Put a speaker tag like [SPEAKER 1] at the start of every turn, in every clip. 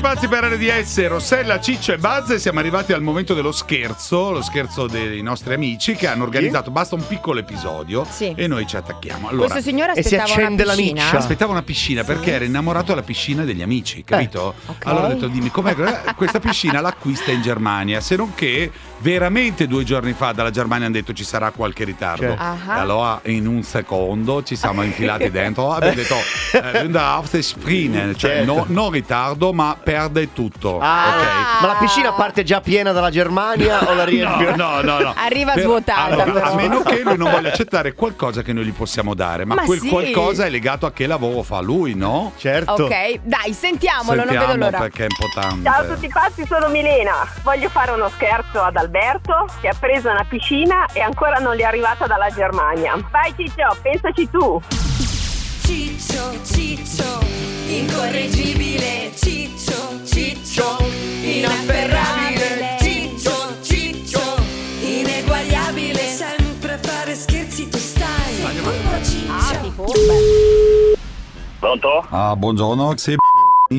[SPEAKER 1] pazzi per RDS, Rossella, Ciccio e Buzz. Siamo arrivati al momento dello scherzo, lo scherzo dei nostri amici che hanno organizzato. Basta un piccolo episodio
[SPEAKER 2] Sì.
[SPEAKER 1] e noi ci attacchiamo. Allora,
[SPEAKER 2] Questo signore
[SPEAKER 3] e si
[SPEAKER 2] aspettava una
[SPEAKER 3] accende la
[SPEAKER 2] piscina.
[SPEAKER 3] miccia.
[SPEAKER 1] Aspettavo
[SPEAKER 2] Ah.
[SPEAKER 1] una piscina perché era innamorato della piscina degli amici, capito?
[SPEAKER 2] ok.
[SPEAKER 1] Allora ho detto dimmi com'è che- questa piscina l'acquista in Germania, se non che veramente due giorni fa dalla Germania hanno detto ci sarà qualche ritardo.
[SPEAKER 3] Cioè.
[SPEAKER 2] Ah.
[SPEAKER 1] Allora in un secondo ci siamo infilati dentro, Ah, abbiamo detto eh, da Springen, cioè
[SPEAKER 3] Certo.
[SPEAKER 1] no- non ritardo ma perde tutto.
[SPEAKER 3] Ah,
[SPEAKER 1] ok?
[SPEAKER 3] Ma la piscina parte già piena dalla Germania o la riempio?
[SPEAKER 1] No, no, no.
[SPEAKER 2] Arriva svuotata,
[SPEAKER 1] allora,
[SPEAKER 2] però.
[SPEAKER 1] A meno che lui non voglia accettare qualcosa che noi gli possiamo dare, ma,
[SPEAKER 2] Ma
[SPEAKER 1] quel
[SPEAKER 2] sì.
[SPEAKER 1] qualcosa è legato a che lavoro fa lui, no?
[SPEAKER 3] Certo.
[SPEAKER 2] Ok, dai, sentiamolo, non vedo l'ora.
[SPEAKER 1] perché è importante.
[SPEAKER 4] Ciao a tutti pazzi, sono Milena. Voglio fare uno scherzo ad Alberto che ha preso una piscina e ancora non gli è arrivata dalla Germania. Vai Ciccio, pensaci tu.
[SPEAKER 5] Ciccio, ciccio, incorreggibile, ciccio, ciccio, inafferrabile, ciccio, ciccio, ineguagliabile, sempre a fare scherzi tu stai, furbo ciccio.
[SPEAKER 6] Pronto?
[SPEAKER 1] Ah, buongiorno, sei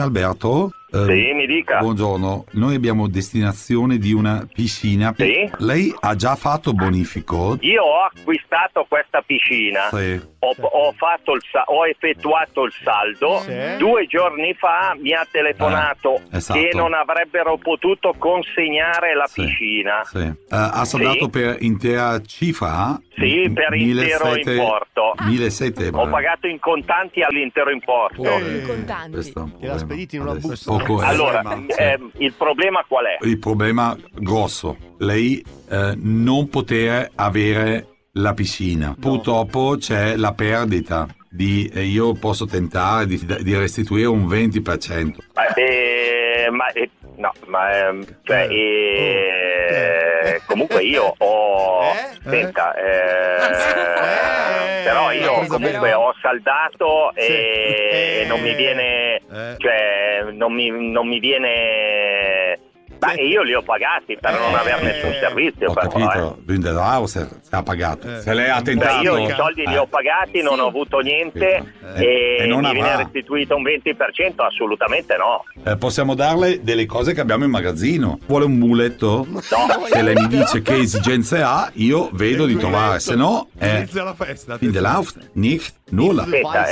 [SPEAKER 1] Alberto. Eh,
[SPEAKER 6] Sì, mi dica.
[SPEAKER 1] Buongiorno, noi abbiamo destinazione di una piscina.
[SPEAKER 6] Sì.
[SPEAKER 1] Lei ha già fatto bonifico?
[SPEAKER 6] Io ho acquistato questa piscina,
[SPEAKER 1] Sì.
[SPEAKER 6] ho, ho fatto il sa- ho effettuato il saldo,
[SPEAKER 3] Sì.
[SPEAKER 6] due giorni fa mi ha telefonato
[SPEAKER 1] Eh, esatto.
[SPEAKER 6] che non avrebbero potuto consegnare la
[SPEAKER 1] Sì.
[SPEAKER 6] piscina.
[SPEAKER 1] Sì. Eh, ha saldato
[SPEAKER 6] Sì.
[SPEAKER 1] per intera cifra?
[SPEAKER 6] Sì, per intero
[SPEAKER 1] 1700
[SPEAKER 6] importo.
[SPEAKER 1] 1700
[SPEAKER 6] Ho pagato in contanti all'intero importo.
[SPEAKER 1] Eh,
[SPEAKER 2] In contanti.
[SPEAKER 1] questo è un
[SPEAKER 3] Gliel'ha
[SPEAKER 1] problema.
[SPEAKER 3] spedito in una
[SPEAKER 1] Adesso-
[SPEAKER 3] busta.
[SPEAKER 1] Poco è.
[SPEAKER 6] Allora,
[SPEAKER 1] eh, Sì.
[SPEAKER 6] ehm, il problema qual è?
[SPEAKER 1] il problema grosso, lei eh, non poter avere la piscina. Purtroppo c'è la perdita di eh, io posso tentare di, di restituire un 20%.
[SPEAKER 6] Eh, ma, eh, no, ma ehm, cioè,
[SPEAKER 3] Eh.
[SPEAKER 6] eh,
[SPEAKER 3] Eh.
[SPEAKER 6] comunque io ho
[SPEAKER 3] Eh?
[SPEAKER 6] senta, eh,
[SPEAKER 3] Eh.
[SPEAKER 6] però io
[SPEAKER 2] Cosa
[SPEAKER 6] comunque
[SPEAKER 2] però?
[SPEAKER 6] ho saldato
[SPEAKER 3] Sì.
[SPEAKER 6] e
[SPEAKER 3] Eh.
[SPEAKER 6] non mi viene
[SPEAKER 3] Eh.
[SPEAKER 6] cioè non mi, non mi viene ma
[SPEAKER 3] Sì.
[SPEAKER 6] io li ho pagati per non
[SPEAKER 3] Eh.
[SPEAKER 6] aver nessun servizio
[SPEAKER 1] Ho
[SPEAKER 6] però,
[SPEAKER 1] capito, Winderau se, se ha pagato.
[SPEAKER 3] Eh.
[SPEAKER 1] se lei ha
[SPEAKER 3] Beh,
[SPEAKER 6] eh. Cioè,
[SPEAKER 1] tentato...
[SPEAKER 6] io i soldi li ho
[SPEAKER 1] Eh,
[SPEAKER 6] pagati, non
[SPEAKER 2] Sì.
[SPEAKER 6] ho avuto niente
[SPEAKER 1] Eh.
[SPEAKER 6] e,
[SPEAKER 1] E non
[SPEAKER 6] mi viene
[SPEAKER 1] avrà.
[SPEAKER 6] restituito un 20%? Assolutamente no.
[SPEAKER 1] eh, possiamo darle delle cose che abbiamo in magazzino. Vuole un muletto? Se lei mi dice che esigenze ha, io vedo di trovare, se no eh, è...
[SPEAKER 7] Inizia la festa.
[SPEAKER 1] Winderlauf, nicht, nulla.
[SPEAKER 6] Aspetta,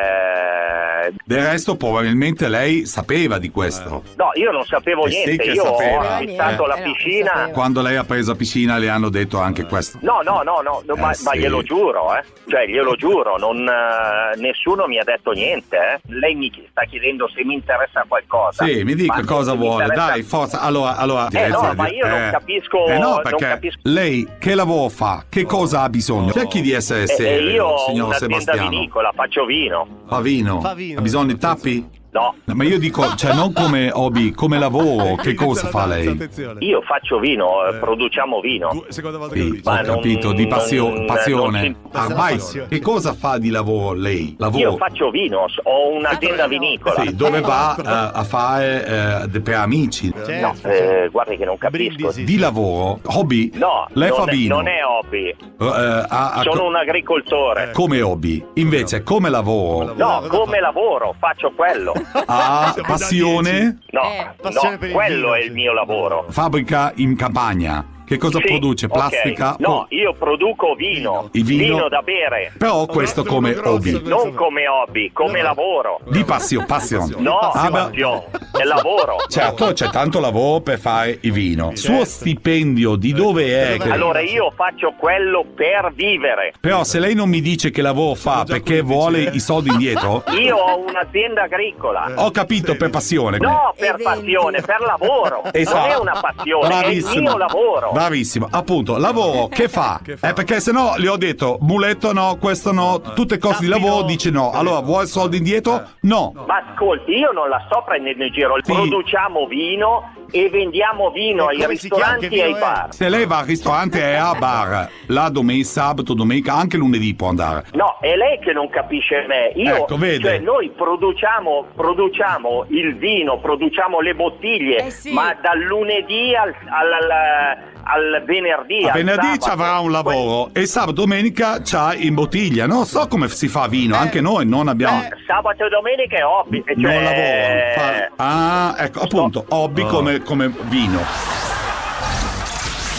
[SPEAKER 6] eh,
[SPEAKER 1] Del resto probabilmente lei sapeva di questo.
[SPEAKER 6] no, io non sapevo
[SPEAKER 1] Eh sì
[SPEAKER 6] niente,
[SPEAKER 1] che
[SPEAKER 6] io ho
[SPEAKER 1] sapeva.
[SPEAKER 6] acquistato
[SPEAKER 2] Eh,
[SPEAKER 6] la
[SPEAKER 2] no,
[SPEAKER 6] piscina.
[SPEAKER 2] sapeva.
[SPEAKER 1] Quando lei ha preso la piscina le hanno detto anche questo.
[SPEAKER 6] Eh. No, no, no, no, no,
[SPEAKER 1] Eh,
[SPEAKER 6] ma, ma
[SPEAKER 1] sì.
[SPEAKER 6] glielo giuro, eh. Cioè, glielo giuro, non, eh, nessuno mi ha detto niente, eh. Lei mi chi- sta chiedendo se mi interessa qualcosa.
[SPEAKER 1] Sì, mi dica
[SPEAKER 6] Ma
[SPEAKER 1] cosa
[SPEAKER 6] se mi
[SPEAKER 1] vuole,
[SPEAKER 6] interessa-
[SPEAKER 1] dai, forza. Allora, allora
[SPEAKER 6] Eh, no, ma io non
[SPEAKER 1] Eh.
[SPEAKER 6] capisco-
[SPEAKER 1] Eh no,
[SPEAKER 6] non
[SPEAKER 1] perché
[SPEAKER 6] capisco-
[SPEAKER 1] lei che lavoro fa? Che cosa ha bisogno? Cerchi di essere
[SPEAKER 6] Eh, eh,
[SPEAKER 1] serio,
[SPEAKER 6] io ho
[SPEAKER 1] signor
[SPEAKER 6] un'azienda
[SPEAKER 1] Sebastiano.
[SPEAKER 6] vinicola, faccio vino.
[SPEAKER 1] Fa vino.
[SPEAKER 3] Fa vino.
[SPEAKER 1] Ha bisogno di tappi?
[SPEAKER 6] No,
[SPEAKER 1] No, ma io dico, cioè non come hobby, come lavoro, che cosa fa lei?
[SPEAKER 7] Attenzione.
[SPEAKER 6] io faccio vino, eh, produciamo vino.
[SPEAKER 7] Due- Seconda volta che lo
[SPEAKER 1] Sì,
[SPEAKER 7] dici.
[SPEAKER 6] Ma
[SPEAKER 1] ho
[SPEAKER 6] non-
[SPEAKER 1] capito, di passio-
[SPEAKER 6] non-
[SPEAKER 1] passione.
[SPEAKER 6] non si-
[SPEAKER 1] Ah,
[SPEAKER 3] Questa è la
[SPEAKER 1] vai,
[SPEAKER 3] passione.
[SPEAKER 1] che cosa fa di lavoro lei? Lavoro.
[SPEAKER 6] Io faccio vino, s- ho un'azienda vinicola.
[SPEAKER 1] Sì, dove va eh, a fare eh, de- per amici?
[SPEAKER 6] No,
[SPEAKER 3] Certo.
[SPEAKER 6] eh, guarda che non capisco.
[SPEAKER 3] Brindisi.
[SPEAKER 1] Di lavoro? Hobby?
[SPEAKER 6] No,
[SPEAKER 1] Lei
[SPEAKER 6] non,
[SPEAKER 1] fa
[SPEAKER 6] è,
[SPEAKER 1] vino?
[SPEAKER 6] non è hobby,
[SPEAKER 1] Eh, ha- ha-
[SPEAKER 6] sono un agricoltore.
[SPEAKER 1] Come hobby, invece come lavoro?
[SPEAKER 6] No, come lavoro faccio quello.
[SPEAKER 1] Ha
[SPEAKER 7] Siamo da
[SPEAKER 1] passione?
[SPEAKER 6] No,
[SPEAKER 2] Eh.
[SPEAKER 3] Passione
[SPEAKER 6] no,
[SPEAKER 3] per il
[SPEAKER 6] quello
[SPEAKER 3] vino,
[SPEAKER 6] è
[SPEAKER 3] sì.
[SPEAKER 6] il mio lavoro.
[SPEAKER 1] Fabbrica in campagna. Che cosa
[SPEAKER 6] Sì,
[SPEAKER 1] produce?
[SPEAKER 6] ok.
[SPEAKER 1] Plastica?
[SPEAKER 6] No,
[SPEAKER 1] Oh,
[SPEAKER 6] io produco vino,
[SPEAKER 1] Il vino.
[SPEAKER 6] da bere,
[SPEAKER 1] Però questo
[SPEAKER 7] Grosso,
[SPEAKER 1] come
[SPEAKER 7] grosso,
[SPEAKER 1] hobby.
[SPEAKER 7] grosso.
[SPEAKER 6] non come hobby, come lavoro.
[SPEAKER 1] Di passio, passione.
[SPEAKER 6] No,
[SPEAKER 1] Ah, beh,
[SPEAKER 6] Fabio, è lavoro.
[SPEAKER 1] Certo, c'è tanto lavoro per fare il vino. Suo stipendio di dove è? che-
[SPEAKER 6] Allora io faccio quello per vivere.
[SPEAKER 1] Però se lei non mi dice che lavoro fa
[SPEAKER 7] già
[SPEAKER 1] perché
[SPEAKER 7] 15,
[SPEAKER 1] vuole
[SPEAKER 7] eh.
[SPEAKER 1] i soldi indietro,
[SPEAKER 6] Io ho un'azienda agricola.
[SPEAKER 1] ho capito per passione.
[SPEAKER 6] No, per
[SPEAKER 2] Eventi.
[SPEAKER 6] passione, per lavoro. Non
[SPEAKER 1] Eh. Esatto.
[SPEAKER 6] è una passione, è il
[SPEAKER 1] Bravissimo.
[SPEAKER 6] mio lavoro.
[SPEAKER 1] Bravissimo, appunto, lavoro che fa?
[SPEAKER 7] Che fa? Ah.
[SPEAKER 1] Eh, perché se no le ho detto muletto no, questo no, tutte cose di
[SPEAKER 3] Tappi
[SPEAKER 1] lavoro
[SPEAKER 3] no.
[SPEAKER 1] dice no. Allora vuoi
[SPEAKER 7] Eh.
[SPEAKER 1] soldi indietro? No.
[SPEAKER 6] Ma ascolti, io non la sto prendendo in giro,
[SPEAKER 1] Sì.
[SPEAKER 6] produciamo vino, e vendiamo vino
[SPEAKER 3] E
[SPEAKER 6] ai
[SPEAKER 3] come si chiama?
[SPEAKER 6] ristoranti
[SPEAKER 3] Che
[SPEAKER 6] e ai
[SPEAKER 3] vino è?
[SPEAKER 6] bar.
[SPEAKER 1] Se lei va al ristorante e a bar, la domenica, sabato, domenica, anche lunedì può andare.
[SPEAKER 6] No, è lei che non capisce me. Io,
[SPEAKER 1] Ecco, vede.
[SPEAKER 6] Cioè, noi produciamo, produciamo il vino, produciamo le bottiglie,
[SPEAKER 2] Eh sì.
[SPEAKER 6] ma dal lunedì al, al- al- al venerdì.
[SPEAKER 1] A
[SPEAKER 6] al
[SPEAKER 1] venerdì
[SPEAKER 6] sabato.
[SPEAKER 1] ci avrà un lavoro e sabato domenica c'ha in bottiglia. Non so come si fa
[SPEAKER 7] Eh.
[SPEAKER 1] vino, anche noi non abbiamo.
[SPEAKER 6] Que- Eh, Sabato e domenica è hobby. Cioè,
[SPEAKER 1] non lavoro.
[SPEAKER 7] eh,
[SPEAKER 1] fa- Ah, ecco, appunto, hobby
[SPEAKER 3] Oh.
[SPEAKER 1] come, come vino.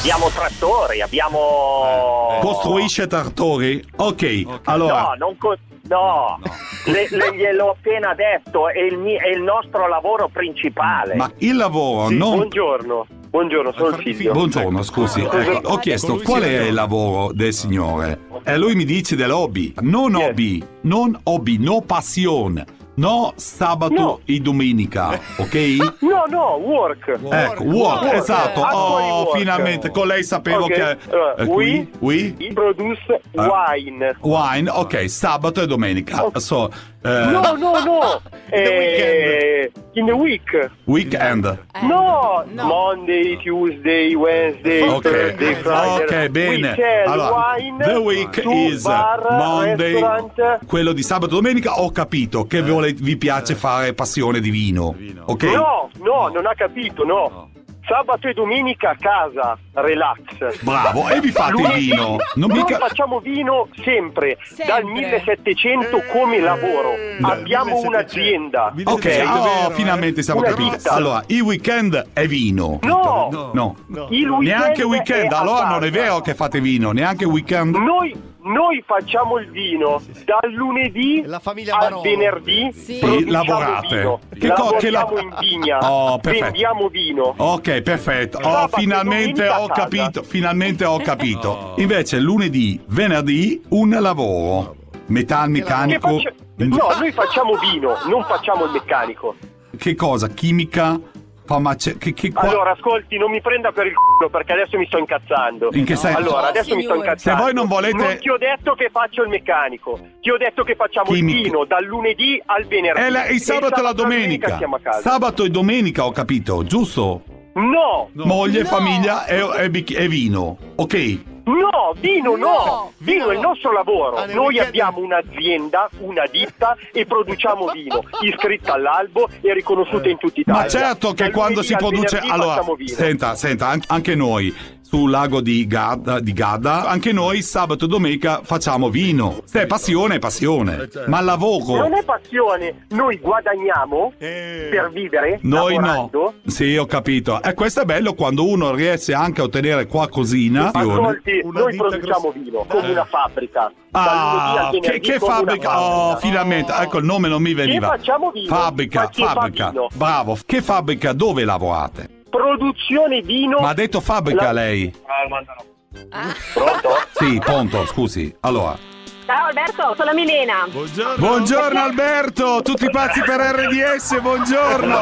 [SPEAKER 6] Abbiamo trattori, abbiamo.
[SPEAKER 1] Eh, Costruisce tartori? Ok,
[SPEAKER 6] No,
[SPEAKER 1] allora.
[SPEAKER 6] non co- no. Le- le- gliel'ho appena detto, è il, mi- è il nostro lavoro principale.
[SPEAKER 1] Ma il lavoro non.
[SPEAKER 7] Buongiorno, buongiorno, sono Silvio.
[SPEAKER 1] Buongiorno, scusi.
[SPEAKER 7] Con lui-
[SPEAKER 1] Ecco, ho chiesto
[SPEAKER 7] con lui
[SPEAKER 1] qual
[SPEAKER 7] si
[SPEAKER 1] è
[SPEAKER 7] ragiona.
[SPEAKER 1] il lavoro del signore. E lui mi dice dell'hobby. Non
[SPEAKER 7] Yes.
[SPEAKER 1] hobby, non hobby, no passione. No sabato
[SPEAKER 7] No.
[SPEAKER 1] e domenica, ok?
[SPEAKER 7] No, no, work.
[SPEAKER 1] Ecco, work,
[SPEAKER 2] work.
[SPEAKER 1] esatto.
[SPEAKER 7] Actually
[SPEAKER 1] Oh,
[SPEAKER 7] work.
[SPEAKER 1] finalmente con lei sapevo
[SPEAKER 7] Ok,
[SPEAKER 1] che
[SPEAKER 7] allora,
[SPEAKER 1] eh,
[SPEAKER 7] we-
[SPEAKER 1] qui-
[SPEAKER 7] I produce
[SPEAKER 1] Ah.
[SPEAKER 7] wine.
[SPEAKER 1] wine, ok, sabato e domenica.
[SPEAKER 7] Oh.
[SPEAKER 1] So, eh,
[SPEAKER 7] No, no, no.
[SPEAKER 3] the
[SPEAKER 7] Eh, in the week.
[SPEAKER 1] weekend.
[SPEAKER 2] Eh,
[SPEAKER 7] No.
[SPEAKER 2] no.
[SPEAKER 7] Monday, Tuesday, Wednesday,
[SPEAKER 1] Ok,
[SPEAKER 7] Thursday, Friday.
[SPEAKER 1] ok, bene.
[SPEAKER 7] We sell
[SPEAKER 1] Allora,
[SPEAKER 7] wine
[SPEAKER 1] the week
[SPEAKER 7] to
[SPEAKER 1] is
[SPEAKER 7] bar,
[SPEAKER 1] Monday.
[SPEAKER 7] restaurant.
[SPEAKER 1] Quello di sabato e domenica ho capito che vole- vi piace fare passione Eh. di vino. Ok?
[SPEAKER 7] No, no, non ha capito, no. Sabato e domenica a casa, relax.
[SPEAKER 1] Bravo, e vi fate il
[SPEAKER 7] Lunedì-
[SPEAKER 1] vino. Non
[SPEAKER 7] Noi
[SPEAKER 1] mica
[SPEAKER 7] facciamo vino sempre, dal
[SPEAKER 2] Sempre.
[SPEAKER 7] 1700 come lavoro. Abbiamo un'azienda.
[SPEAKER 1] Mm. Ok, oh, finalmente siamo
[SPEAKER 7] Una
[SPEAKER 1] capiti.
[SPEAKER 7] vita.
[SPEAKER 1] Allora, il weekend è vino.
[SPEAKER 7] No,
[SPEAKER 1] No.
[SPEAKER 7] il weekend
[SPEAKER 1] Neanche
[SPEAKER 7] è
[SPEAKER 1] weekend,
[SPEAKER 7] a
[SPEAKER 1] allora
[SPEAKER 7] casa.
[SPEAKER 1] non è vero che fate vino, neanche weekend.
[SPEAKER 7] Noi, noi facciamo il vino dal lunedì
[SPEAKER 3] La famiglia
[SPEAKER 7] al
[SPEAKER 3] Barolo.
[SPEAKER 7] venerdì.
[SPEAKER 2] Sì.
[SPEAKER 7] produciamo
[SPEAKER 1] Lavorate.
[SPEAKER 7] Vino,
[SPEAKER 1] Che co-
[SPEAKER 7] lavoriamo
[SPEAKER 1] che la-
[SPEAKER 7] in vigna,
[SPEAKER 1] Oh, perfetto.
[SPEAKER 7] vendiamo vino.
[SPEAKER 1] Ok, perfetto. Oh,
[SPEAKER 7] Sabato,
[SPEAKER 1] finalmente
[SPEAKER 7] domenica
[SPEAKER 1] ho
[SPEAKER 7] a casa. Eh?
[SPEAKER 1] capito, finalmente ho capito. Invece lunedì, venerdì un lavoro.
[SPEAKER 7] Che
[SPEAKER 1] Metalmeccanico.
[SPEAKER 7] faccia- No, noi facciamo vino, non facciamo il meccanico.
[SPEAKER 1] Che cosa? Chimica? Farmace... Che, che qua-
[SPEAKER 7] Allora, ascolti, non mi prenda per il culo perché adesso mi sto incazzando.
[SPEAKER 1] In che senso?
[SPEAKER 7] Allora,
[SPEAKER 2] No,
[SPEAKER 7] adesso mi sto
[SPEAKER 2] signore.
[SPEAKER 7] incazzando.
[SPEAKER 1] Se voi non volete-
[SPEAKER 7] ti ho detto che faccio il meccanico. Ti ho detto che facciamo
[SPEAKER 1] Chimico.
[SPEAKER 7] il vino dal lunedì al venerdì.
[SPEAKER 1] È la-
[SPEAKER 7] E
[SPEAKER 1] il sabato e la domenica.
[SPEAKER 7] siamo a casa.
[SPEAKER 1] Sabato e domenica ho capito, giusto?
[SPEAKER 7] no,
[SPEAKER 1] Moglie,
[SPEAKER 2] No.
[SPEAKER 1] famiglia e, e bic- e vino. Ok.
[SPEAKER 7] no, vino no.
[SPEAKER 2] No,
[SPEAKER 7] Vino
[SPEAKER 3] vino
[SPEAKER 7] è il
[SPEAKER 3] no.
[SPEAKER 7] nostro lavoro.
[SPEAKER 3] Ah, nel
[SPEAKER 7] Noi
[SPEAKER 3] weekend-
[SPEAKER 7] abbiamo un'azienda, una ditta e produciamo vino. Iscritta all'albo e riconosciuta in tutti i
[SPEAKER 1] Ma certo che quando si produce. Allora,
[SPEAKER 7] facciamo vino.
[SPEAKER 1] senta, senta, an- anche noi sul lago di Gadda, di Gadda, anche noi sabato e domenica facciamo vino. Se è passione, è passione. Ma il
[SPEAKER 7] Non
[SPEAKER 1] lavoro.
[SPEAKER 7] è passione, noi guadagniamo
[SPEAKER 8] Eh.
[SPEAKER 7] per vivere.
[SPEAKER 1] Noi no.
[SPEAKER 7] lavorando.
[SPEAKER 1] Sì, ho capito. E questo è bello quando uno riesce anche a ottenere qualcosina.
[SPEAKER 7] Ascolti,
[SPEAKER 8] Una
[SPEAKER 7] noi
[SPEAKER 8] ditta
[SPEAKER 7] produciamo
[SPEAKER 8] grossa- Eh.
[SPEAKER 7] vino come una fabbrica.
[SPEAKER 1] Ah,
[SPEAKER 7] Dal lunedì
[SPEAKER 1] che,
[SPEAKER 7] al venerdì
[SPEAKER 1] che
[SPEAKER 7] come una
[SPEAKER 1] fabbrica? Oh, finalmente, ecco il nome non mi veniva.
[SPEAKER 7] facciamo vino?
[SPEAKER 1] Fabbrica,
[SPEAKER 7] Ma chi fa
[SPEAKER 1] fabbrica.
[SPEAKER 7] vino?
[SPEAKER 1] Bravo. Che fabbrica? Dove lavorate?
[SPEAKER 7] Produzione vino.
[SPEAKER 1] Ma ha detto fabbrica
[SPEAKER 7] La-
[SPEAKER 1] lei?
[SPEAKER 2] Ah,
[SPEAKER 7] Pronto?
[SPEAKER 1] Sì, pronto, scusi. Allora,
[SPEAKER 4] Ciao Alberto, sono Milena.
[SPEAKER 1] Buongiorno Alberto, tutti pazzi per RDS, buongiorno.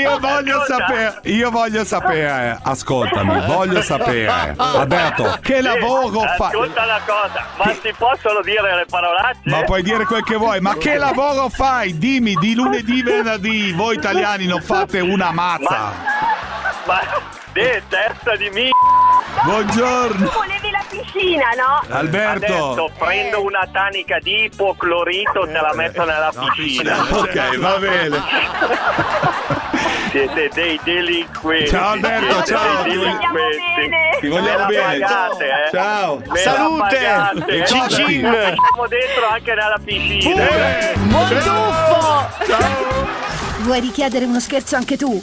[SPEAKER 1] Io voglio sapere, io voglio sapere, ascoltami, voglio sapere. Alberto, che lavoro fai?
[SPEAKER 6] Ascolta la cosa, ma si possono dire le parolacce?
[SPEAKER 1] Ma puoi dire quel che vuoi, ma che lavoro fai? Dimmi, di lunedì, venerdì, voi italiani non fate una mazza.
[SPEAKER 6] Ma te, testa di mi.
[SPEAKER 1] Buongiorno.
[SPEAKER 4] Tu volevi la piscina, no?
[SPEAKER 7] eh.
[SPEAKER 1] Alberto.
[SPEAKER 6] Adesso prendo una tanica di ipoclorito, te la metto
[SPEAKER 1] Eh,
[SPEAKER 6] nella piscina.
[SPEAKER 1] Ok, va bene.
[SPEAKER 6] Siete dei delinquenti.
[SPEAKER 1] Ciao, Alberto,
[SPEAKER 6] siete
[SPEAKER 1] ciao.
[SPEAKER 6] dei
[SPEAKER 1] Ti
[SPEAKER 4] vogliamo
[SPEAKER 6] delinquenti.
[SPEAKER 4] bene.
[SPEAKER 1] Ti vogliamo
[SPEAKER 6] Me la
[SPEAKER 1] bene.
[SPEAKER 6] pagate, eh.
[SPEAKER 1] Ciao.
[SPEAKER 6] Me la
[SPEAKER 3] Salute.
[SPEAKER 6] pagate, eh.
[SPEAKER 3] Cin cin.
[SPEAKER 6] Ci Siamo dentro anche nella piscina.
[SPEAKER 2] Buon tuffo!
[SPEAKER 9] Vuoi richiedere uno scherzo anche tu?